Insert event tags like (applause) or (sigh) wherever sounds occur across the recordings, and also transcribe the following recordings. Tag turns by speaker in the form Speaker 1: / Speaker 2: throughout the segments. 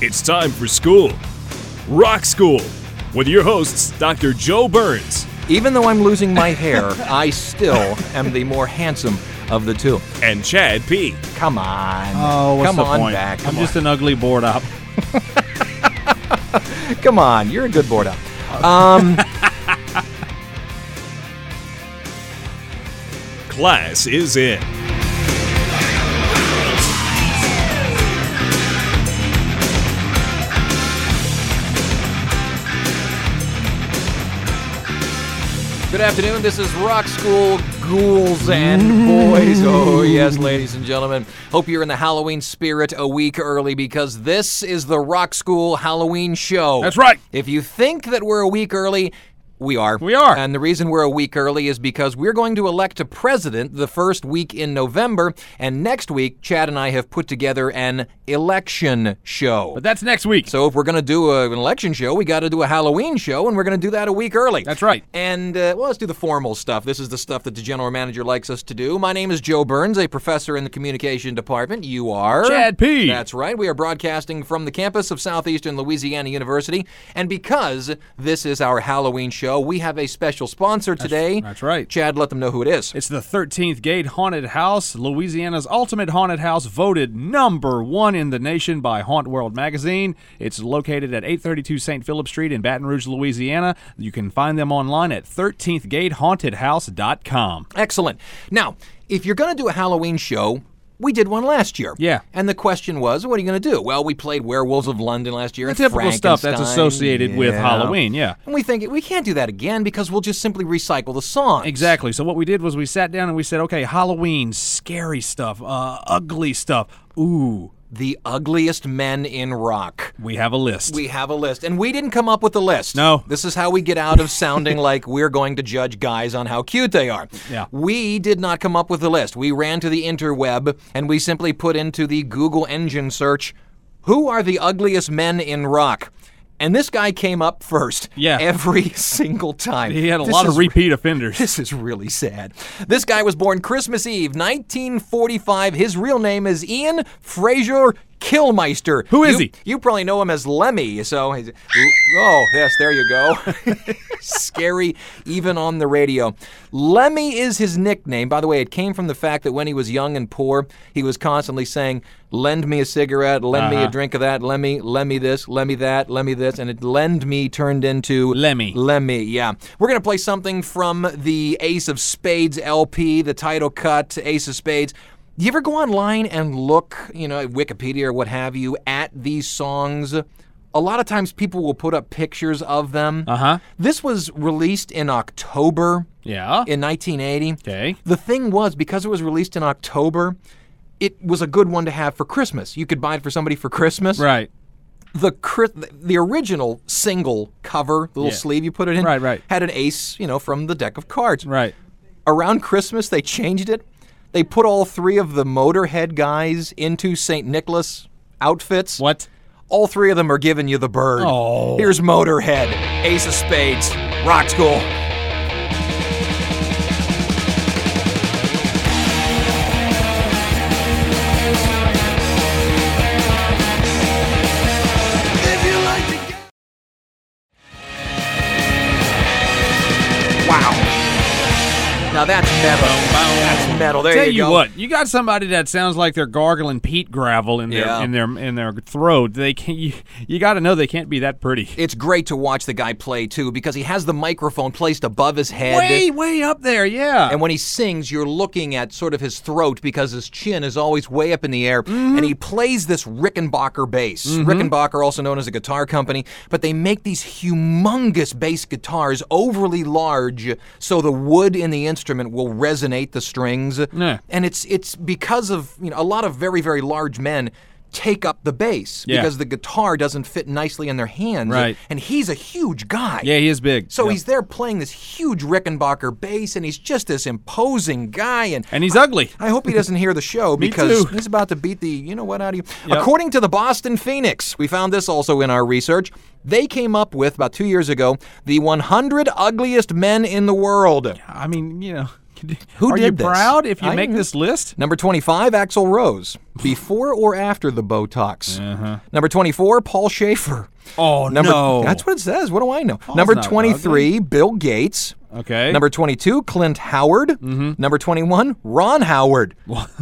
Speaker 1: It's time for school. Rock School with your hosts, Dr. Joe Burns
Speaker 2: Even though I'm losing my hair, I still am the more handsome of the two.
Speaker 1: and Chad P.
Speaker 2: Come on.
Speaker 3: Oh, what's
Speaker 2: Come
Speaker 3: the
Speaker 2: on
Speaker 3: point?
Speaker 2: back.
Speaker 3: I'm
Speaker 2: Come,
Speaker 3: just an ugly board up.
Speaker 2: on. Come on. You're a good board up.
Speaker 1: Class is in.
Speaker 2: Good afternoon. This is Rock School Ghouls and Boys. Oh, yes, ladies and gentlemen. Hope you're in the Halloween spirit a week early because this is the Rock School Halloween show.
Speaker 3: That's right.
Speaker 2: If you think that we're a week early, we are.
Speaker 3: We are.
Speaker 2: And the reason we're a week early is because we're going to elect a president the first week in November. And next week, Chad and I have put together an election show.
Speaker 3: But that's next week.
Speaker 2: So if we're going to do a, an election show, we got to do a Halloween show, and we're going to do that a week early.
Speaker 3: That's right.
Speaker 2: And uh, well, let's do the formal stuff. This is the stuff that the general manager likes us to do. My name is Joe Burns, a professor in the communication department. You are
Speaker 3: Chad P.
Speaker 2: That's right. We are broadcasting from the campus of Southeastern Louisiana University, and because this is our Halloween show, we have a special sponsor today.
Speaker 3: that's right.
Speaker 2: Chad, let them know who it is.
Speaker 3: it's the 13th Gate Haunted House, Louisiana's ultimate haunted house, voted number one in the nation by Haunt World magazine. It's located at 832 St. Philip Street in Baton Rouge, Louisiana. You can find them online at 13thGateHauntedHouse.com.
Speaker 2: Excellent. Now, if you're going to do a Halloween show, we did one last year.
Speaker 3: Yeah.
Speaker 2: And the question was, what are you going to do? Well, we played Werewolves of London last year.
Speaker 3: The
Speaker 2: and
Speaker 3: typical stuff that's
Speaker 2: Frankenstein.
Speaker 3: associated with
Speaker 2: Yeah.
Speaker 3: Halloween, yeah.
Speaker 2: And we think we can't do that again because we'll just simply recycle the song.
Speaker 3: Exactly. So what we did was we sat down and we said, okay, Halloween, scary stuff, uh, ugly stuff. Ooh,
Speaker 2: The ugliest men in rock.
Speaker 3: we have a list.
Speaker 2: We have a list, and we didn't come up with the list.
Speaker 3: No.
Speaker 2: This is how we get out of sounding (laughs) like we're going to judge guys on how cute they are.
Speaker 3: Yeah.
Speaker 2: We did not come up with the list. We ran to the interweb and we simply put into the Google engine search, Who are the ugliest men in rock? And this guy came up first.
Speaker 3: Yeah.
Speaker 2: Every (laughs) single time.
Speaker 3: he had a
Speaker 2: This
Speaker 3: lot
Speaker 2: is
Speaker 3: of repeat offenders.
Speaker 2: (laughs) this is really sad. This guy was born Christmas Eve, 1945. His real name is Ian Fraser Killmeister.
Speaker 3: Who is
Speaker 2: You-
Speaker 3: he?
Speaker 2: You probably know him as Lemmy. So, he's- oh yes, there you go. (laughs) Scary, even on the radio. Lemmy is his nickname. By the way, it came from the fact that when he was young and poor, he was constantly saying, "Lend me a cigarette, lend me
Speaker 3: Uh-huh.
Speaker 2: a drink of that, lend me, lend me this, lend me that, lend me this," and it lend me turned into
Speaker 3: Lemmy.
Speaker 2: Lemmy, yeah. We're going to play something from the Ace of Spades LP, the title cut, Ace of Spades. You ever go online and look, you know, at Wikipedia or what have you, at these songs? A lot of times people will put up pictures of them. Uh
Speaker 3: Uh-huh.
Speaker 2: This was released in October
Speaker 3: Yeah.
Speaker 2: in 1980.
Speaker 3: Okay.
Speaker 2: The thing was, because it was released in October, it was a good one to have for Christmas. You could buy it for somebody for Christmas
Speaker 3: Right.
Speaker 2: the cri- the original single cover, the little
Speaker 3: Yeah.
Speaker 2: sleeve you put it in,
Speaker 3: Right, right.
Speaker 2: had an ace, you know, from the deck of cards.
Speaker 3: Right.
Speaker 2: Around Christmas, they changed it. They put all three of the Motorhead guys into St. Nicholas outfits.
Speaker 3: What?
Speaker 2: All three of them are giving you the bird.
Speaker 3: Oh.
Speaker 2: Here's Motorhead, Ace of Spades, Rock School. Wow. Now that's metal. That's metal. There
Speaker 3: Tell
Speaker 2: you
Speaker 3: you,
Speaker 2: go.
Speaker 3: what, you got somebody that sounds like they're gargling peat gravel in their
Speaker 2: Yeah.
Speaker 3: in their in their throat. They can you, you got to know they can't be that pretty.
Speaker 2: It's great to watch the guy play too because he has the microphone placed above his head.
Speaker 3: Way way up there, yeah.
Speaker 2: And when he sings, you're looking at sort of his throat because his chin is always way up in the air.
Speaker 3: Mm-hmm.
Speaker 2: And he plays this Rickenbacker bass. Rickenbacker, also known as a guitar company, but they make these humongous bass guitars overly large so the wood in the instrument will resonate the strings. things.
Speaker 3: Yeah.
Speaker 2: And it's it's because of you know a lot of very very large men take up the bass
Speaker 3: Yeah.
Speaker 2: because the guitar doesn't fit nicely in their hands.
Speaker 3: Right.
Speaker 2: And he's a huge guy.
Speaker 3: Yeah, he is big.
Speaker 2: So
Speaker 3: Yeah.
Speaker 2: he's there playing this huge Rickenbacker bass, and he's just this imposing guy. And
Speaker 3: and he's ugly.
Speaker 2: I
Speaker 3: (laughs)
Speaker 2: hope he doesn't hear the show because
Speaker 3: too.
Speaker 2: he's about to beat the you know what out of you.
Speaker 3: Yep.
Speaker 2: According to the Boston Phoenix, we found this also in our research. They came up with about two years ago the 100 ugliest men in the world.
Speaker 3: I mean, you know, (laughs)
Speaker 2: Who
Speaker 3: are you
Speaker 2: did this?
Speaker 3: proud if you
Speaker 2: I
Speaker 3: make
Speaker 2: am.
Speaker 3: this list?
Speaker 2: Number 25, Axl Rose, before or after the Botox. Number 24, Paul Schaefer.
Speaker 3: Uh-huh. Oh
Speaker 2: Number,
Speaker 3: no,
Speaker 2: That's what it says. What do I know? Number
Speaker 3: not
Speaker 2: 23, Bill Gates.
Speaker 3: Okay.
Speaker 2: Number 22, Clint Howard. Number 21, Ron Howard.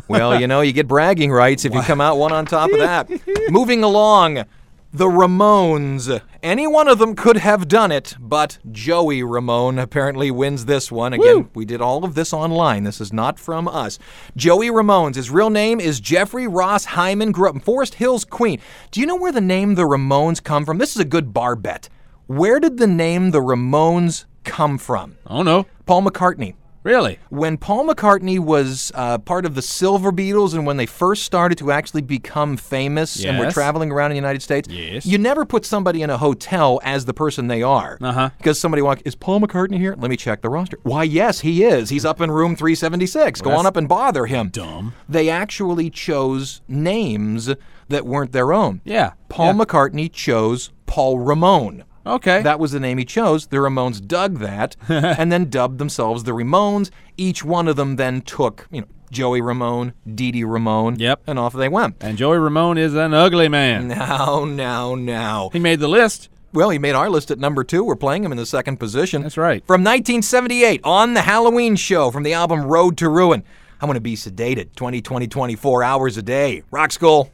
Speaker 2: well, you know, you get bragging rights if you come out one on top of that. Moving along, the Ramones. Any one of them could have done it, but Joey Ramone apparently wins this one. Again, we did all of this online. This is not from us. Joey Ramones. His real name is Jeffrey Ross Hyman. Grew up in Forest Hills, Queen. Do you know where the name the Ramones come from? This is a good bar bet. Where did the name the Ramones come from?
Speaker 3: oh no,
Speaker 2: Paul McCartney.
Speaker 3: really?
Speaker 2: When Paul McCartney was uh, part of the Silver Beatles and when they first started to actually become famous and were
Speaker 3: Yes.
Speaker 2: traveling around in the United States,
Speaker 3: Yes.
Speaker 2: you never put somebody in a hotel as the person they are. Uh-huh. Because somebody walk, is Paul McCartney here? Let me check the roster. Why, yes, he is. He's up in room 376. Go on up and bother him. Dumb. They actually chose names that weren't their own.
Speaker 3: Yeah,
Speaker 2: Paul
Speaker 3: yeah.
Speaker 2: McCartney chose Paul Ramone.
Speaker 3: Okay.
Speaker 2: That was the name he chose. The Ramones dug
Speaker 3: (laughs)
Speaker 2: that and then dubbed themselves the Ramones. Each one of them then took, you know, Joey Ramone, Dee Dee Ramone,
Speaker 3: Yep.
Speaker 2: and off they went.
Speaker 3: and Joey Ramone is an ugly man.
Speaker 2: Now, now, now.
Speaker 3: He made the list.
Speaker 2: Well, he made our list at number two. We're playing him in the second position.
Speaker 3: That's right.
Speaker 2: From 1978 on the Halloween show from the album Road to Ruin. I'm going to be sedated 20, 20, 24 hours a day. Rock School.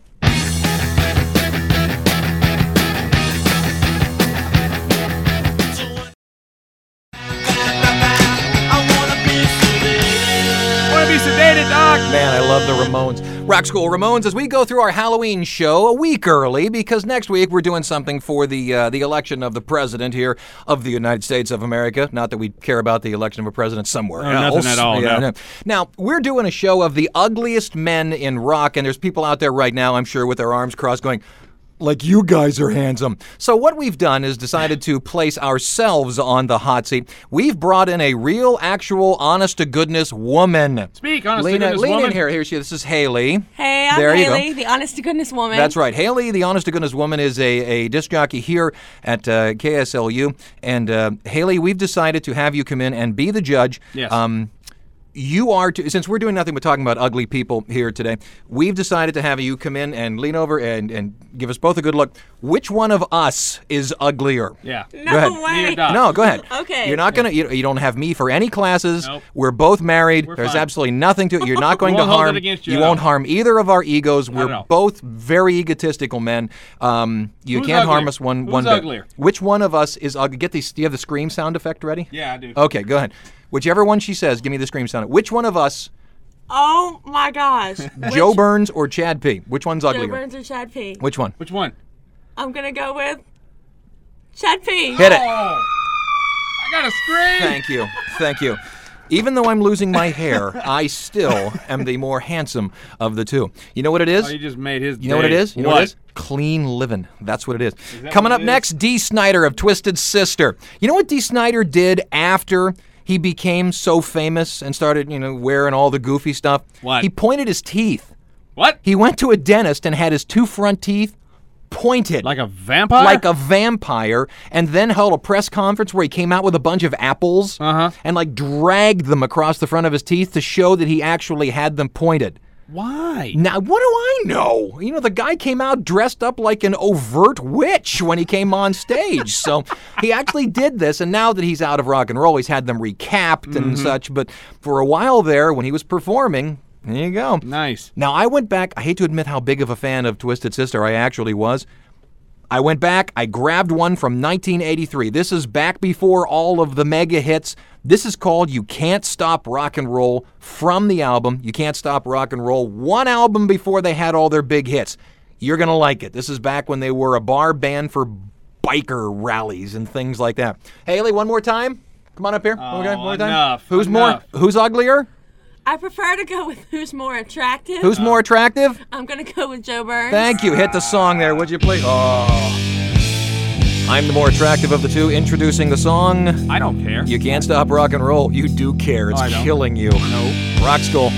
Speaker 3: Want to be sedated, Doc?
Speaker 2: Man, I love the Ramones. Rock School Ramones, as we go through our Halloween show a week early, because next week we're doing something for the uh, the election of the president here of the United States of America. Not that we care about the election of a president somewhere
Speaker 3: Oh,
Speaker 2: else.
Speaker 3: nothing at all,
Speaker 2: Yeah,
Speaker 3: no.
Speaker 2: Now, we're doing a show of the ugliest men in rock, and there's people out there right now, I'm sure, with their arms crossed going, like you guys are handsome. So what we've done is decided to place ourselves on the hot seat. We've brought in a real, actual, honest to goodness woman.
Speaker 3: Speak, honest to
Speaker 2: Lena,
Speaker 3: goodness
Speaker 2: lean in
Speaker 3: woman.
Speaker 2: here. Here she is. This is Haley.
Speaker 4: Hey, I'm
Speaker 2: there You
Speaker 4: Haley,
Speaker 2: go.
Speaker 4: the honest to goodness woman.
Speaker 2: That's right. Haley, the honest to goodness woman, is a, a disc jockey here at uh, KSLU. And uh, Haley, we've decided to have you come in and be the judge.
Speaker 3: Yes.
Speaker 2: Um, you are, to, since we're doing nothing but talking about ugly people here today, we've decided to have you come in and lean over and, and give us both a good look. Which one of us is uglier?
Speaker 3: Yeah.
Speaker 4: No
Speaker 2: Go ahead.
Speaker 3: Me
Speaker 4: way.
Speaker 3: and Doc.
Speaker 2: (laughs) No, go ahead.
Speaker 4: Okay.
Speaker 2: You're not gonna. You, you don't have me for any classes.
Speaker 3: Nope.
Speaker 2: We're both married. There's
Speaker 3: fine.
Speaker 2: absolutely nothing to it.
Speaker 3: (laughs)
Speaker 2: You're not going
Speaker 3: won't
Speaker 2: to
Speaker 3: hold it
Speaker 2: harm.
Speaker 3: against you at
Speaker 2: won't
Speaker 3: all.
Speaker 2: harm either of our egos. We're
Speaker 3: at all.
Speaker 2: both very egotistical men. Um, you
Speaker 3: Who's
Speaker 2: can't harm
Speaker 3: uglier?
Speaker 2: us one
Speaker 3: Who's
Speaker 2: one bit.
Speaker 3: uglier?
Speaker 2: Which one of us is ugly? Get these. Do you have the scream sound effect ready?
Speaker 3: Yeah, I do.
Speaker 2: Okay, go ahead. Whichever one she says, give me the scream sound. Which one of us,
Speaker 4: Oh my
Speaker 2: (laughs)
Speaker 4: gosh. Which
Speaker 2: Joe Burns or Chad P? Which one's
Speaker 4: Joe
Speaker 2: uglier?
Speaker 4: Burns or Chad P?
Speaker 2: Which one?
Speaker 3: Which one?
Speaker 4: I'm gonna go with Chad P.
Speaker 2: Hit it.
Speaker 3: Oh, I got a scream.
Speaker 2: Thank you. Thank you. Even though I'm losing my hair, I still am the more handsome of the two. You know what it is?
Speaker 3: Oh, you just made his.
Speaker 2: You know what it
Speaker 3: day.
Speaker 2: is? You know what it is? Clean living. That's what it is.
Speaker 3: that
Speaker 2: Coming
Speaker 3: what
Speaker 2: up
Speaker 3: it is?
Speaker 2: next, D. Snyder of Twisted Sister. You know what D. Snyder did after he became so famous and started, you know, wearing all the goofy stuff?
Speaker 3: What?
Speaker 2: He pointed his teeth.
Speaker 3: What?
Speaker 2: He went to a dentist and had his two front teeth pointed
Speaker 3: Like a vampire?
Speaker 2: like a vampire, and then held a press conference where he came out with a bunch of apples and like dragged them across the front of his teeth to show that he actually had them pointed.
Speaker 3: Why?
Speaker 2: Now, what do I know? You know, the guy came out dressed up like an overt witch when he came on stage. so he actually did this, and now that he's out of rock and roll, he's had them recapped and such. But for a while there, when he was performing, there you go.
Speaker 3: Nice.
Speaker 2: Now, I went back. I hate to admit how big of a fan of Twisted Sister I actually was. I went back. I grabbed one from 1983. This is back before all of the mega hits. This is called You Can't Stop Rock and Roll from the album You Can't Stop Rock and Roll, one album before they had all their big hits. You're going to like it. This is back when they were a bar band for biker rallies and things like that. Haley, one more time. Come on up here. One more time, one more time.
Speaker 3: Oh, enough,
Speaker 2: Who's
Speaker 3: enough.
Speaker 2: more? Who's uglier?
Speaker 4: I prefer to go with who's more attractive.
Speaker 2: Who's
Speaker 3: Uh,
Speaker 2: more attractive?
Speaker 4: I'm gonna go with Joe Burns.
Speaker 2: Thank you. Hit the song there. Would you please? Oh. I'm the more attractive of the two. Introducing the song.
Speaker 3: I don't care.
Speaker 2: You can't stop rock and roll. You do care. It's
Speaker 3: I don't.
Speaker 2: killing you.
Speaker 3: no.
Speaker 2: Rock school.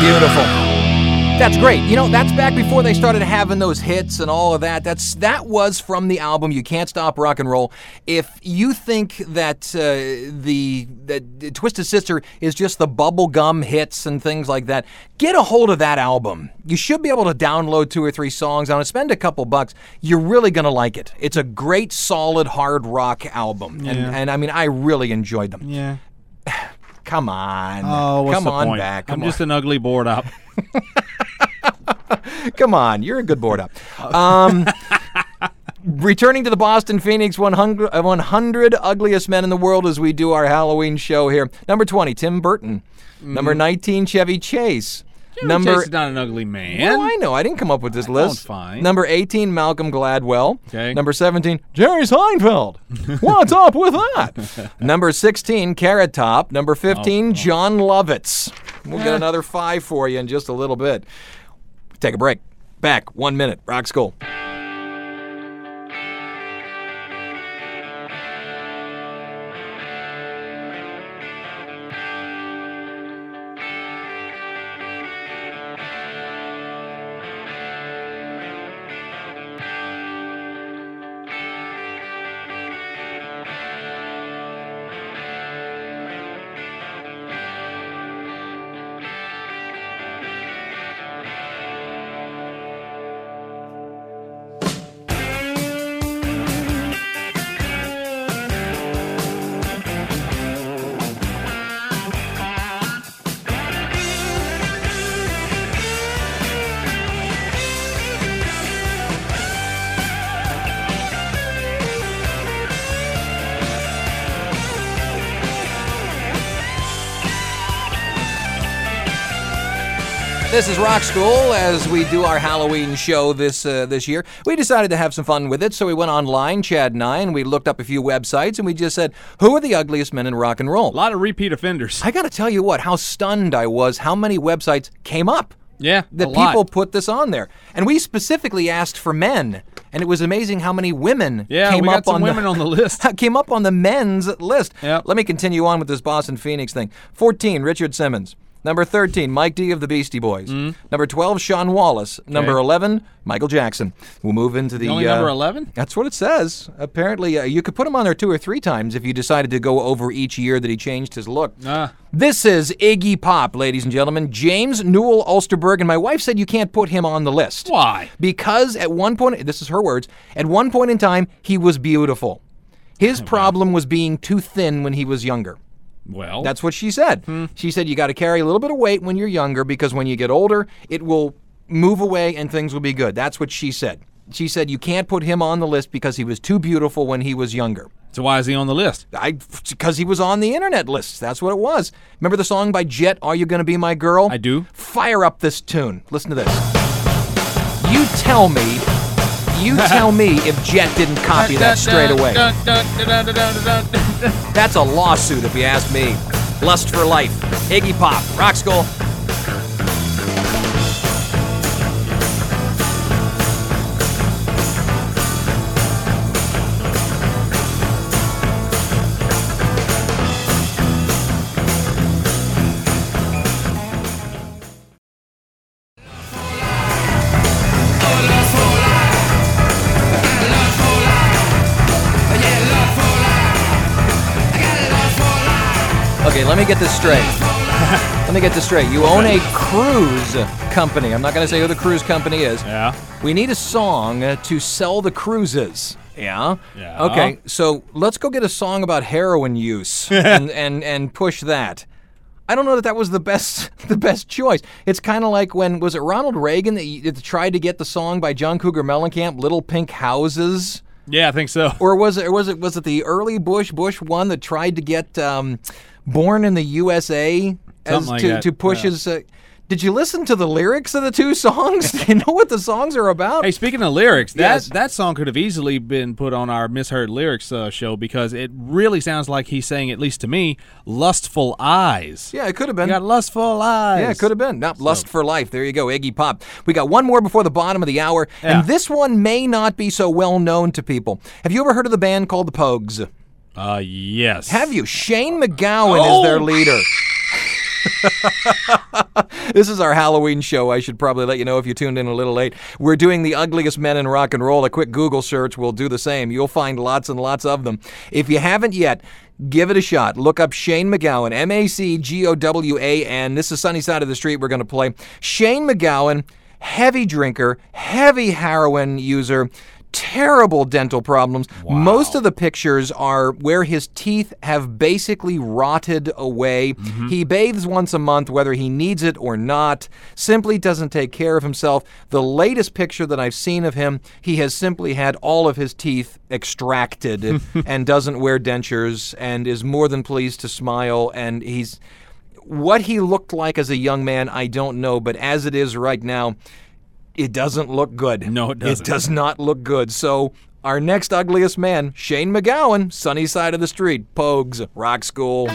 Speaker 2: Beautiful. That's great. You know, that's back before they started having those hits and all of that. That's that was from the album "You Can't Stop Rock and Roll." If you think that uh, the that Twisted Sister is just the bubblegum hits and things like that, get a hold of that album. You should be able to download two or three songs on it. Spend a couple bucks. You're really gonna like it. It's a great, solid hard rock album, and and I mean, I really enjoyed them.
Speaker 3: Yeah.
Speaker 2: Come on,
Speaker 3: Oh, what's
Speaker 2: come
Speaker 3: the
Speaker 2: on
Speaker 3: point?
Speaker 2: back.
Speaker 3: I'm
Speaker 2: Come on.
Speaker 3: just an ugly board up.
Speaker 2: Come on, you're a good board up. Um, returning to the Boston Phoenix 100, uh, 100 Ugliest Men in the World as we do our Halloween show here. Number 20, Tim Burton. Number 19, Chevy Chase. (laughs) Number.
Speaker 3: Mm-hmm. Chase is not an ugly man.
Speaker 2: Oh, I know. I didn't come up with this list.
Speaker 3: fine.
Speaker 2: Number 18, Malcolm Gladwell.
Speaker 3: Okay.
Speaker 2: Number 17, Jerry
Speaker 3: (laughs)
Speaker 2: Seinfeld. What's up with that? Number 16, Carrot Top. Number
Speaker 3: Oh,
Speaker 2: 15, John Lovitz. We'll
Speaker 3: Eh.
Speaker 2: get another five for you in just a little bit. Take a break. Back one minute. Rock school. This is Rock School as we do our Halloween show this uh, this year. We decided to have some fun with it, so we went online, Chad and I, and we looked up a few websites and we just said, "Who are the ugliest men in rock and roll?"
Speaker 3: A lot of repeat offenders.
Speaker 2: I got to tell you what, how stunned I was how many websites came up.
Speaker 3: Yeah, a
Speaker 2: That
Speaker 3: lot.
Speaker 2: people put this on there. And we specifically asked for men, and it was amazing how many women
Speaker 3: yeah,
Speaker 2: came
Speaker 3: we got
Speaker 2: up
Speaker 3: some
Speaker 2: on
Speaker 3: women
Speaker 2: the, (laughs)
Speaker 3: on the list.
Speaker 2: came up on the men's list.
Speaker 3: Yep.
Speaker 2: Let me continue on with this Boston Phoenix thing. 14, Richard Simmons. Number 13, Mike D of the Beastie Boys.
Speaker 3: Mm-hmm.
Speaker 2: Number 12, Sean Wallace. Number 11, Michael Jackson. We'll move into the.
Speaker 3: Only
Speaker 2: uh,
Speaker 3: number 11?
Speaker 2: That's what it says. Apparently, uh, you could put him on there two or three times if you decided to go over each year that he changed his look.
Speaker 3: Ah.
Speaker 2: This is Iggy Pop, ladies and gentlemen. James Newell Ulsterberg. And my wife said you can't put him on the list.
Speaker 3: Why?
Speaker 2: Because at one point, this is her words, at one point in time, he was beautiful.
Speaker 3: Oh,
Speaker 2: His problem was being too thin when he was younger.
Speaker 3: Well,
Speaker 2: That's what she said.
Speaker 3: Hmm.
Speaker 2: She said you got to carry a little bit of weight when you're younger because when you get older, it will move away and things will be good. That's what she said. She said you can't put him on the list because he was too beautiful when he was younger.
Speaker 3: so why is he on the list?
Speaker 2: I because he was on the internet lists. That's what it was. Remember the song by Jet, "Are You Gonna Be My Girl"?
Speaker 3: I do.
Speaker 2: Fire up this tune. Listen to this. You tell me.
Speaker 3: (laughs)
Speaker 2: You tell me if Jet didn't copy that straight away. That's a lawsuit, if you ask me. Lust for life. Iggy Pop. Rock school. Okay, let me get this straight. Let me get this straight. You own a cruise company. I'm not going to say who the cruise company is.
Speaker 3: Yeah.
Speaker 2: We need a song uh, to sell the cruises. Yeah.
Speaker 3: Yeah.
Speaker 2: Okay. So let's go get a song about
Speaker 3: (laughs)
Speaker 2: heroin use and, and and push that. I don't know that that was the best (laughs) the best choice. It's kind of like when was it Ronald Reagan that, y- that tried to get the song by John Cougar Mellencamp, "Little Pink Houses."
Speaker 3: Yeah, I think so.
Speaker 2: or was it or was it was it the early Bush Bush one that tried to get um, born in the USA as
Speaker 3: Something like
Speaker 2: to,
Speaker 3: that,
Speaker 2: to push
Speaker 3: yeah.
Speaker 2: his? Uh, did you listen to the lyrics of the two songs? (laughs) Do you know what the songs are about?
Speaker 3: Hey, speaking of lyrics, that
Speaker 2: Yes.
Speaker 3: that song could have easily been put on our misheard lyrics uh, show because it really sounds like he's saying, at least to me, "lustful eyes."
Speaker 2: yeah, it could have been.
Speaker 3: You got lustful eyes.
Speaker 2: Yeah, it could have been. Not Lust for Life. There you go, Iggy Pop. We got one more before the bottom of the hour,
Speaker 3: Yeah.
Speaker 2: and this one may not be so well known to people. Have you ever heard of the band called the Pogues?
Speaker 3: Uh, yes.
Speaker 2: Have you? Shane McGowan is their
Speaker 3: Oh.
Speaker 2: leader. (laughs) this is our Halloween show. I should probably let you know if you tuned in a little late. We're doing the ugliest men in rock and roll. A quick Google search will do the same. You'll find lots and lots of them. If you haven't yet, give it a shot. Look up Shane McGowan, M A C G O W A N. This is Sunny Side of the Street. We're going to play Shane McGowan, heavy drinker, heavy heroin user. Terrible dental problems. Most of the pictures are where his teeth have basically rotted away. He bathes once a month, whether he needs it or not, simply doesn't take care of himself. The latest picture that I've seen of him, he has simply had all of his teeth extracted and doesn't wear dentures and is more than pleased to smile. And he's what he looked like as a young man, I don't know, but as it is right now, it doesn't look good.
Speaker 3: No, it doesn't.
Speaker 2: It does not look good. So, our next ugliest man, Shane McGowan, sunny side of the street, Pogues, Rock School.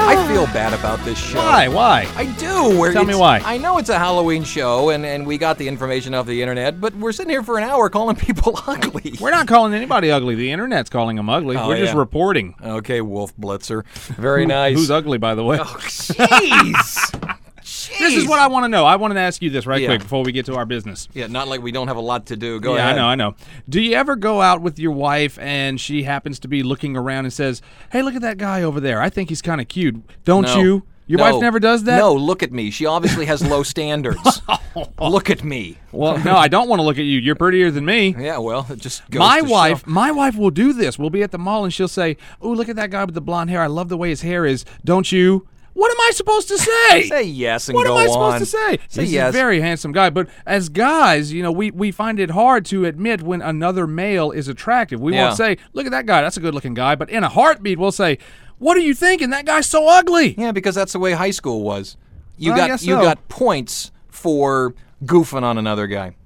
Speaker 2: I feel bad about this show.
Speaker 3: Why? Why?
Speaker 2: I do. Where
Speaker 3: Tell me
Speaker 2: it's-
Speaker 3: why.
Speaker 2: I know it's a Halloween show, and, and we got the information off the internet, but we're sitting here for an hour calling (laughs) people ugly.
Speaker 3: We're not calling anybody ugly. The internet's calling them ugly.
Speaker 2: Oh,
Speaker 3: We're just
Speaker 2: yeah.
Speaker 3: reporting.
Speaker 2: Okay, Wolf Blitzer. Very nice.
Speaker 3: Who's ugly, by the way?
Speaker 2: (laughs) Oh, Jeez.
Speaker 3: (laughs) This is what I want to know. I wanted to ask you this right
Speaker 2: Yeah.
Speaker 3: quick before we get to our business.
Speaker 2: Yeah, not like we don't have a lot to do. Go
Speaker 3: yeah,
Speaker 2: ahead.
Speaker 3: I know, I know. Do you ever go out with your wife and she happens to be looking around and says, "Hey, look at that guy over there. I think he's kind of cute." Don't
Speaker 2: No.
Speaker 3: you? Your
Speaker 2: No.
Speaker 3: wife never does that.
Speaker 2: No, look at me. She obviously has
Speaker 3: (laughs)
Speaker 2: low standards.
Speaker 3: Oh.
Speaker 2: look at me.
Speaker 3: Well, no, I don't want to look at you. You're prettier than
Speaker 2: (laughs)
Speaker 3: me.
Speaker 2: Yeah, well, it just goes
Speaker 3: My
Speaker 2: to
Speaker 3: wife,
Speaker 2: show.
Speaker 3: my wife will do this. We'll be at the mall and she'll say, "Oh, look at that guy with the blonde hair. I love the way his hair is." Don't you? What am I supposed
Speaker 2: (laughs)
Speaker 3: to say?
Speaker 2: Say yes and
Speaker 3: What
Speaker 2: go
Speaker 3: am
Speaker 2: on.
Speaker 3: I supposed to say?
Speaker 2: Say
Speaker 3: He's
Speaker 2: yes.
Speaker 3: a very handsome guy, but as guys, you know, we, we find it hard to admit when another male is attractive. We
Speaker 2: Yeah.
Speaker 3: won't say, "Look at that guy. That's a good-looking guy," but in a heartbeat, we'll say, "What are you thinking? That guy's so ugly."
Speaker 2: yeah, because that's the way high school was. You
Speaker 3: I
Speaker 2: got
Speaker 3: guess
Speaker 2: you
Speaker 3: so.
Speaker 2: got points for goofing on another guy.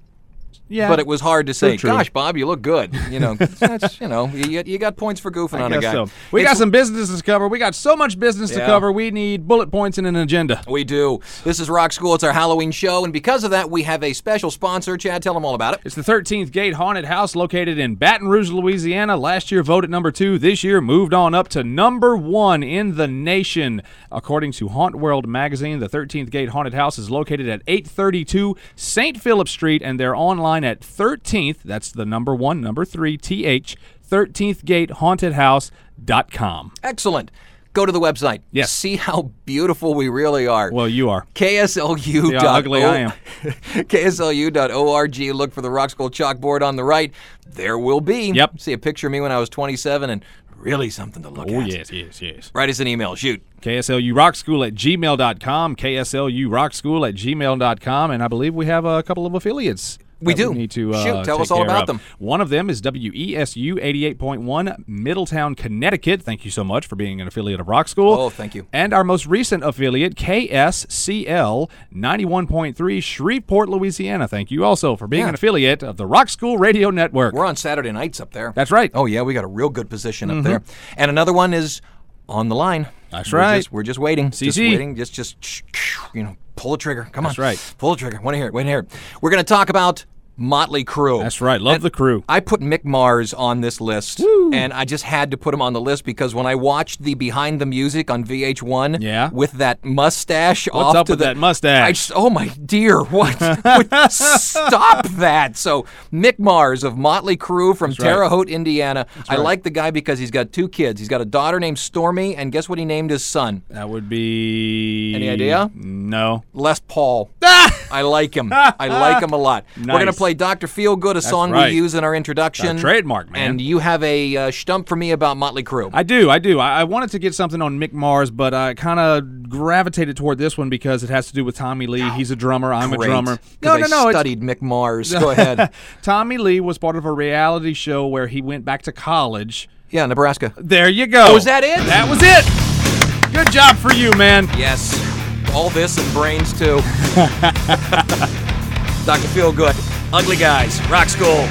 Speaker 3: Yeah,
Speaker 2: But it was hard to say,
Speaker 3: true.
Speaker 2: "Gosh, Bob, you look good."
Speaker 3: (laughs)
Speaker 2: You know, that's, you know, you, you got points for goofing on a
Speaker 3: Guess
Speaker 2: guy.
Speaker 3: so. We
Speaker 2: It's-
Speaker 3: got some business to cover. We got so much business to
Speaker 2: Yeah.
Speaker 3: cover. We need bullet points and an agenda.
Speaker 2: We do. This is Rock School. It's our Halloween show, and because of that, we have a special sponsor. Chad, tell them all about it.
Speaker 3: It's the 13th Gate Haunted House located in Baton Rouge, Louisiana. Last year voted number two. This year moved on up to number one in the nation. According to Haunt World magazine, the 13th Gate Haunted House is located at 832 St. Philip Street, and they're online at 13th, that's the number one, number three, TH, 13th Gate Haunted House.com.
Speaker 2: Excellent. Go to the website.
Speaker 3: Yes.
Speaker 2: See how beautiful we really are.
Speaker 3: Well, you are.
Speaker 2: KSLU.
Speaker 3: Yeah, ugly I am.
Speaker 2: (laughs) KSLU.org. Look for the Rock School chalkboard on the right. There will be.
Speaker 3: Yep.
Speaker 2: See a picture of me when I was 27 and really something to look
Speaker 3: Oh,
Speaker 2: at.
Speaker 3: yes, yes, yes.
Speaker 2: Write us an email. Shoot.
Speaker 3: KSLU Rock School at gmail.com, KSLU Rock School at gmail.com, and I believe we have a couple of affiliates.
Speaker 2: We
Speaker 3: that
Speaker 2: do.
Speaker 3: need to uh,
Speaker 2: Shoot, tell
Speaker 3: take
Speaker 2: us all
Speaker 3: care
Speaker 2: about
Speaker 3: of.
Speaker 2: them.
Speaker 3: One of them is E WESU 88.1, Middletown, Connecticut. Thank you so much for being an affiliate of Rock School.
Speaker 2: Oh, thank you.
Speaker 3: And our most recent affiliate, KSCL 91.3, Shreveport, Louisiana. Thank you also for being
Speaker 2: Yeah.
Speaker 3: an affiliate of the Rock School Radio Network.
Speaker 2: We're on Saturday nights up there.
Speaker 3: That's right.
Speaker 2: Oh, yeah, we got a real good position up there. And another one is on the line.
Speaker 3: Mm-hmm. That's
Speaker 2: We're
Speaker 3: right.
Speaker 2: Just, we're just waiting. Just
Speaker 3: CC.
Speaker 2: waiting. Just, just, you know, pull the trigger. Come on.
Speaker 3: right.
Speaker 2: Pull the trigger. Want to hear it. Want to hear it. We're going to talk about Motley Crue.
Speaker 3: That's right. Love
Speaker 2: And
Speaker 3: the crew.
Speaker 2: I put Mick Mars on this list, and I just had to put him on the list because when I watched the Behind the Music on VH1,
Speaker 3: Yeah.
Speaker 2: with that mustache off
Speaker 3: up
Speaker 2: to
Speaker 3: with
Speaker 2: the,
Speaker 3: that mustache?
Speaker 2: I just, oh my dear,
Speaker 3: (laughs)
Speaker 2: what? what- stop that! So Mick Mars of Motley Crue from
Speaker 3: right.
Speaker 2: Terre Haute, Indiana. I like the guy because he's got two kids. He's got a daughter named Stormy, and guess what he named his son?
Speaker 3: That would be.
Speaker 2: Any idea?
Speaker 3: No.
Speaker 2: Les
Speaker 3: (laughs)
Speaker 2: Paul. I like him. I like him a lot. We're going
Speaker 3: Nice.
Speaker 2: to play Dr. Feel Good, a song
Speaker 3: right.
Speaker 2: we use in our introduction.
Speaker 3: A trademark, man.
Speaker 2: And you have a uh, stump for me about Motley Crue.
Speaker 3: I do, I do. I, I wanted to get something on Mick Mars, but I kind of gravitated toward this one because it has to do with Tommy Lee. He's a drummer. I'm
Speaker 2: Great,
Speaker 3: a drummer.
Speaker 2: 'cause
Speaker 3: No,
Speaker 2: I
Speaker 3: no, no. it's-
Speaker 2: studied Mick
Speaker 3: (laughs)
Speaker 2: Mars. Go ahead.
Speaker 3: Tommy Lee was part of a reality show where he went back to college.
Speaker 2: Yeah, Nebraska.
Speaker 3: There you go.
Speaker 2: was Oh, that it?
Speaker 3: That was it. Good job for you, man.
Speaker 2: Yes. All this and brains, too. Dr. Feel Good. Ugly Guys. Rock School.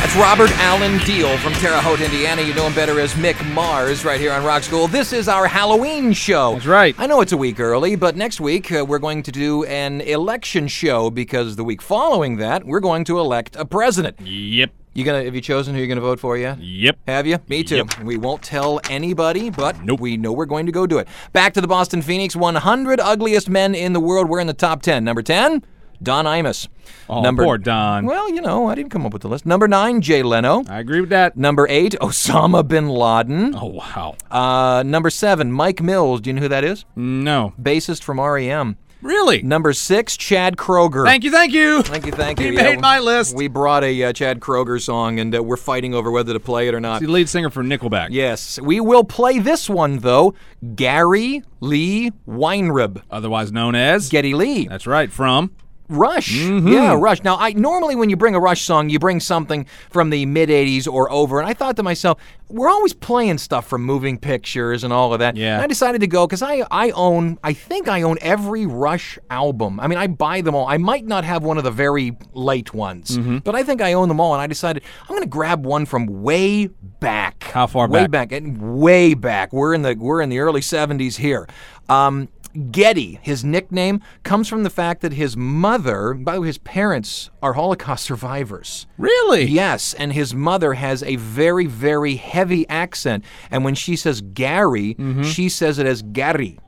Speaker 2: That's Robert Allen Deal from Terre Haute, Indiana. You know him better as Mick Mars right here on Rock School. This is our Halloween show.
Speaker 3: That's right.
Speaker 2: I know it's a week early, but next week uh, we're going to do an election show because the week following that, we're going to elect a president.
Speaker 3: Yep.
Speaker 2: You gonna have you chosen who you're gonna vote for yet?
Speaker 3: Yep.
Speaker 2: Have you? Me too. We won't tell anybody, but we know we're going to go do it. Back to the Boston Phoenix 100 ugliest men in the world. We're in the top 10. Number 10, Don Imus.
Speaker 3: Oh, poor Don.
Speaker 2: Well, you know, I didn't come up with the list. Number 9, Jay Leno.
Speaker 3: I agree with that.
Speaker 2: Number 8, Osama bin Laden.
Speaker 3: Oh, wow.
Speaker 2: Uh, number 7, Mike Mills. Do you know who that is?
Speaker 3: Hmm. No.
Speaker 2: Bassist from REM.
Speaker 3: Really?
Speaker 2: Number 6, Chad Kroger.
Speaker 3: Thank you, thank you.
Speaker 2: Thank you, thank
Speaker 3: He
Speaker 2: you.
Speaker 3: made my list.
Speaker 2: We brought a uh, Chad Kroger song, and uh, we're fighting over whether to play it or not.
Speaker 3: The lead singer for Nickelback.
Speaker 2: Yes, we will play this one though. Gary Lee Weinrib,
Speaker 3: Otherwise known as.
Speaker 2: Getty Lee,
Speaker 3: That's right. From.
Speaker 2: Rush.
Speaker 3: Mm-hmm.
Speaker 2: Yeah, Rush. Now, I normally when you bring a Rush song, you bring something from the mid '80s or over, and I thought to myself, we're always playing stuff from moving pictures and all of that.
Speaker 3: Yeah.
Speaker 2: And I decided to go because I I own I think I own every Rush album. I mean, I buy them all. I might not have one of the very late ones,
Speaker 3: Mm-hmm.
Speaker 2: but I think I own them all. And I decided I'm going to grab one from way back.
Speaker 3: How far
Speaker 2: way
Speaker 3: back?
Speaker 2: back and way back. We're in the we're in the early 70s here. Um, Getty, his nickname, comes from the fact that his mother, by the way, his parents are Holocaust (laughs) survivors.
Speaker 3: Really?
Speaker 2: Yes, and his mother has a very, very heavy accent. And when she says Gary, she says it as Gary.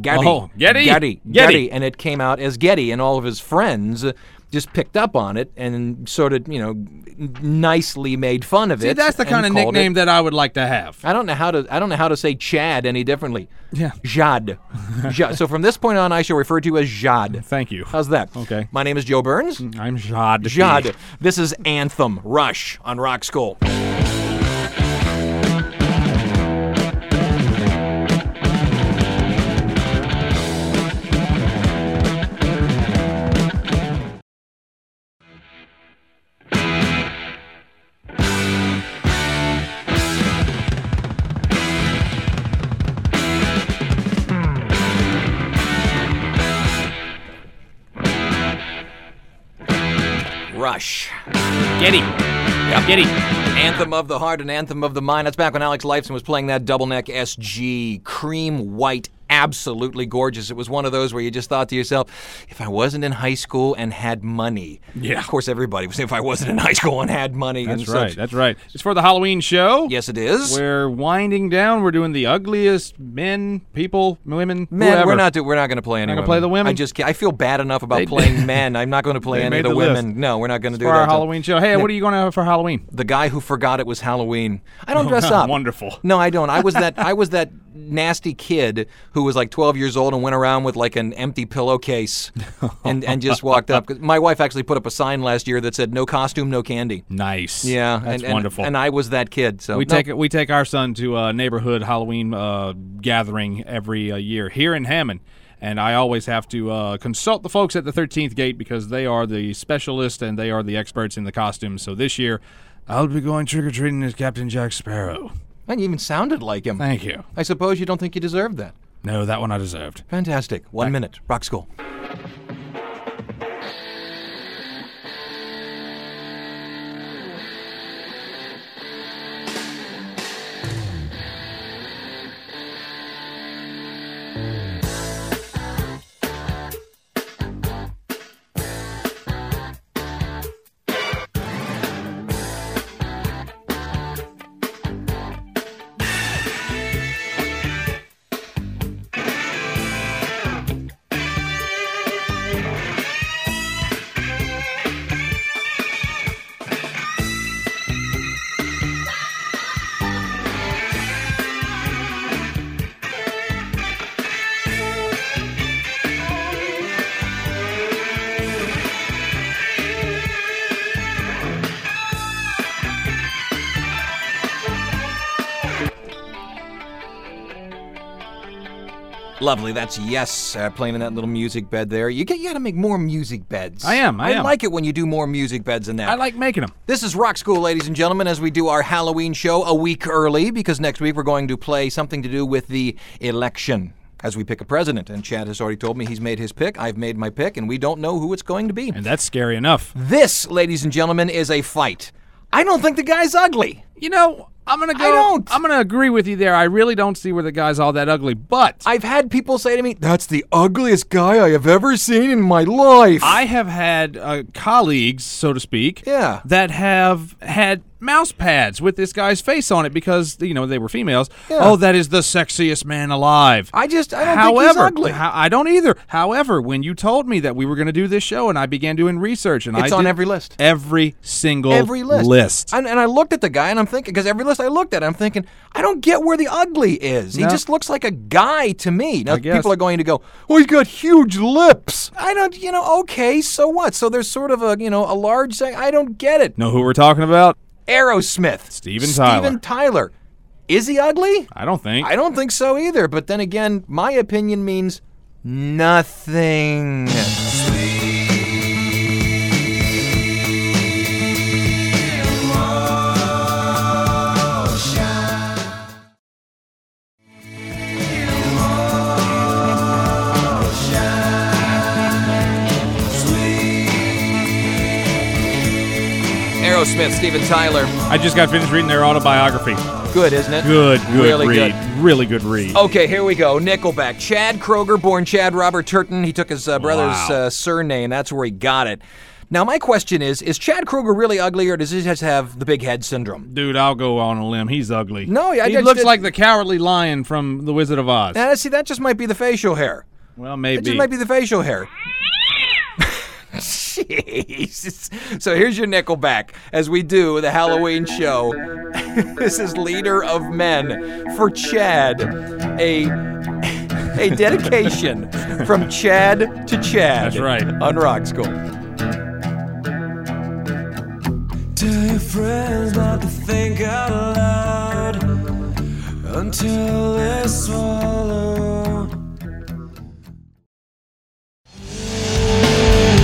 Speaker 2: Gary.
Speaker 3: Mm-hmm. Oh, Getty?
Speaker 2: Getty.
Speaker 3: Getty.
Speaker 2: Getty. And it came out as Getty, and all of his friends uh, just picked up on it and sort of, you know, n- nicely made fun of
Speaker 3: See,
Speaker 2: it.
Speaker 3: that's the
Speaker 2: and
Speaker 3: kind of
Speaker 2: called it-
Speaker 3: nickname that I would like to have.
Speaker 2: I don't know how to I don't know how to say Chad any differently.
Speaker 3: Yeah. (laughs)
Speaker 2: Jad. Jad. So from this point on I shall refer to you as Jad.
Speaker 3: Thank you.
Speaker 2: How's that?
Speaker 3: Okay. Mm.
Speaker 2: My name is Joe Burns.
Speaker 3: I'm Jad.
Speaker 2: Jad. This is Anthem Rush on Rock School. Rush.
Speaker 3: Getty. Getty.
Speaker 2: Anthem of the heart and anthem of the mind. That's back when Alex Lifeson was playing that double neck SG cream white. Absolutely gorgeous. It was one of those where you just thought to yourself, if I wasn't in high school and had money.
Speaker 3: Yeah.
Speaker 2: Of course, everybody was, if I wasn't in high school and had money.
Speaker 3: That's
Speaker 2: and
Speaker 3: right.
Speaker 2: Such.
Speaker 3: That's right. It's for the Halloween show.
Speaker 2: Yes, it is.
Speaker 3: We're winding down. We're doing the ugliest men, people, women,
Speaker 2: Men,
Speaker 3: whoever.
Speaker 2: we're not do, we're not going to play any.
Speaker 3: gonna
Speaker 2: women.
Speaker 3: play the women?
Speaker 2: I just ca- I feel bad enough
Speaker 3: (laughs)
Speaker 2: about playing men. I'm not going to play
Speaker 3: They
Speaker 2: any of
Speaker 3: made
Speaker 2: the,
Speaker 3: the
Speaker 2: women.
Speaker 3: list.
Speaker 2: No, we're not going to do
Speaker 3: for
Speaker 2: that.
Speaker 3: our
Speaker 2: till-
Speaker 3: Halloween show. Hey, what are you going to have for Halloween?
Speaker 2: The guy who forgot it was Halloween.
Speaker 3: (laughs)
Speaker 2: I don't dress up.
Speaker 3: Oh, Wonderful.
Speaker 2: No, I don't. I
Speaker 3: (laughs)
Speaker 2: was that I was that nasty kid who was like 12 years old and went around with like an
Speaker 3: (laughs)
Speaker 2: empty pillowcase and and just walked up. 'Cause My wife actually put up a sign last year that said "No costume, no candy."
Speaker 3: Nice.
Speaker 2: Yeah,
Speaker 3: that's
Speaker 2: and, and-
Speaker 3: wonderful.
Speaker 2: And I was that kid. So
Speaker 3: we
Speaker 2: no.
Speaker 3: take we take our son to a neighborhood Halloween uh, gathering every uh, year here in Hammond, and I always have to uh, consult the folks at the 13th Gate because they are the specialists and they are the experts in the costumes. So this year, I'll be going trick or treating as Captain Jack Sparrow.
Speaker 2: And you even sounded like him.
Speaker 3: Thank you.
Speaker 2: I suppose you don't think you deserved that.
Speaker 3: No, that one I deserved.
Speaker 2: Fantastic. One minute. Rock school. Lovely. That's yes. Uh, playing in that little music bed there. You get you got to make more music beds.
Speaker 3: I am, I am.
Speaker 2: like it when you do more music beds than that.
Speaker 3: I like making them.
Speaker 2: This is Rock School, ladies and gentlemen, as we do our Halloween show a week early because next week we're going to play something to do with the election as we pick a president. And Chad has already told me he's made his pick. I've made my pick, and we don't know who it's going to be.
Speaker 3: And that's scary enough.
Speaker 2: This, ladies and gentlemen, is a fight. I don't think the guy's ugly.
Speaker 3: You know, I'm gonna go.
Speaker 2: don't.
Speaker 3: I'm gonna agree with you there. I really don't see where the guy's all that ugly, but
Speaker 2: I've had people say to me, That's the ugliest guy I have ever seen in my life.
Speaker 3: I have had uh, colleagues, so to speak,
Speaker 2: Yeah.
Speaker 3: that have had mouse pads with this guy's face on it because you know they were females. Oh, that is the sexiest man alive.
Speaker 2: I just, I don't
Speaker 3: However,
Speaker 2: think he's ugly.
Speaker 3: ho- I don't either. However, when you told me that we were going to do this show, and I began doing research, and I
Speaker 2: It's on
Speaker 3: did
Speaker 2: every list.
Speaker 3: every single
Speaker 2: every list. And, and I looked at the guy and I'm thinking, because every list I looked at, I'm thinking, I don't get where the ugly is. He
Speaker 3: No.
Speaker 2: just looks like a guy to me. Now,
Speaker 3: guess.
Speaker 2: people are going to go, oh, he's got huge lips. I don't, you know, okay, so what? So there's sort of a, you know, a large, thing. I don't get it.
Speaker 3: know who we're talking about?
Speaker 2: Aerosmith.
Speaker 3: Steven Tyler.
Speaker 2: Steven Tyler. Is he ugly?
Speaker 3: I don't think.
Speaker 2: I don't think so either. But then again, my opinion means nothing. Aerosmith, Steven Tyler.
Speaker 3: I just got finished reading their autobiography.
Speaker 2: Good, isn't it?
Speaker 3: Good, good
Speaker 2: Really
Speaker 3: read.
Speaker 2: good.
Speaker 3: Really good read.
Speaker 2: Okay, here we go. Nickelback. Chad Kroger, born Chad Robert Turton. He took his uh, brother's
Speaker 3: Wow.
Speaker 2: uh, surname. That's where he got it. Now, my question is Is Chad Kroger really ugly, or does he just have the big head syndrome?
Speaker 3: Dude, I'll go on a limb. He's ugly.
Speaker 2: No, I
Speaker 3: he
Speaker 2: just
Speaker 3: looks
Speaker 2: did-
Speaker 3: like the cowardly lion from The Wizard of Oz.
Speaker 2: Now, Uh, see, that just might be the facial hair.
Speaker 3: well,
Speaker 2: It
Speaker 3: maybe.
Speaker 2: just might be the facial hair. (laughs) Jesus. So here's your Nickelback as we do the Halloween show. (laughs) this is Leader of Men for Chad, a a dedication from Chad to Chad.
Speaker 3: That's right.
Speaker 2: On Rock School.
Speaker 5: Tell your friends not to think out loud until they swallow.
Speaker 2: (laughs)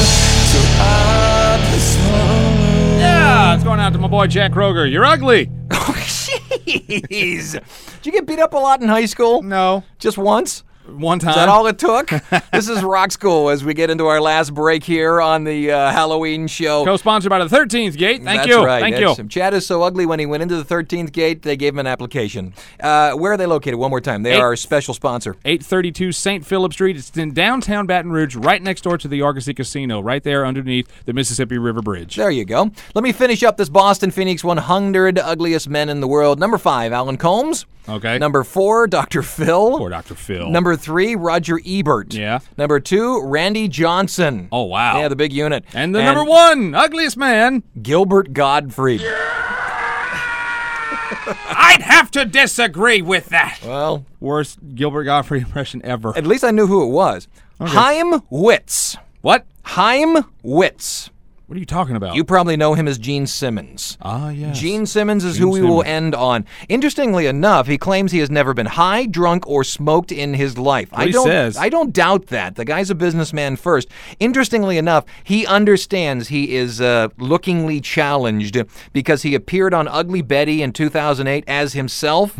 Speaker 5: So I'll be swallowed.
Speaker 3: yeah, it's going out to my boy Jack Kroger. You're ugly.
Speaker 2: Oh, Jeez. Did you get beat up a lot in high school?
Speaker 3: (laughs) No.
Speaker 2: Just once?
Speaker 3: One time.
Speaker 2: Is that all
Speaker 3: (laughs)
Speaker 2: it took? this is Rock School as we get into our last break here on the uh, Halloween show.
Speaker 3: Co-sponsored by the 13th Gate. Thank
Speaker 2: That's
Speaker 3: you.
Speaker 2: Right.
Speaker 3: Thank
Speaker 2: That's-
Speaker 3: you.
Speaker 2: Chad is so ugly when he went into the 13th gate, they gave him an application. Uh, where are they located? One more time. They
Speaker 3: Eight-
Speaker 2: are our special sponsor.
Speaker 3: 832 St. Philip Street. It's in downtown Baton Rouge, right next door to the Argosy Casino, right there underneath the Mississippi River Bridge.
Speaker 2: There you go. Let me finish up this Boston Phoenix 100 ugliest men in the world. Number five, Alan Combs.
Speaker 3: Okay.
Speaker 2: Number four, Dr. Phil.
Speaker 3: Poor Dr. Phil.
Speaker 2: Number three, Roger Ebert.
Speaker 3: Yeah.
Speaker 2: Number two, Randy Johnson.
Speaker 3: Oh, wow.
Speaker 2: Yeah, the big unit.
Speaker 3: and the number one, ugliest man.
Speaker 2: Gilbert Gottfried.
Speaker 3: I'd have to disagree with that.
Speaker 2: Well,
Speaker 3: Worst Gilbert Godfrey (laughs) impression ever.
Speaker 2: at least I knew who it was. Heim Witz.
Speaker 3: What?
Speaker 2: Heim Witz.
Speaker 3: What are you talking about?
Speaker 2: You probably know him as Gene Simmons.
Speaker 3: ah, yes.
Speaker 2: Gene Simmons is who we will end on. Interestingly enough, he claims he has never been high, drunk, or smoked in his life. I
Speaker 3: he
Speaker 2: don't
Speaker 3: says.
Speaker 2: I don't doubt that. The guy's a businessman first. Interestingly enough, he understands he is uh, lookingly challenged because he appeared on Ugly Betty in 2008
Speaker 3: (laughs)
Speaker 2: as himself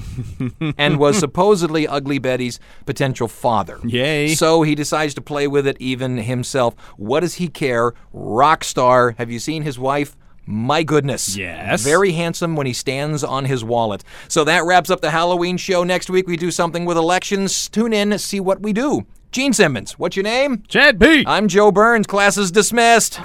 Speaker 2: and was supposedly Ugly Betty's potential father.
Speaker 3: Yay.
Speaker 2: So he decides to play with it even himself. What does he care? Rock star. Have you seen his wife? My goodness.
Speaker 3: Yes.
Speaker 2: Very handsome when he stands on his wallet. So that wraps up the Halloween show. Next week we do something with elections. Tune in, see what we do. Gene Simmons, what's your name?
Speaker 3: Chad P.
Speaker 2: I'm Joe Burns. Class is dismissed.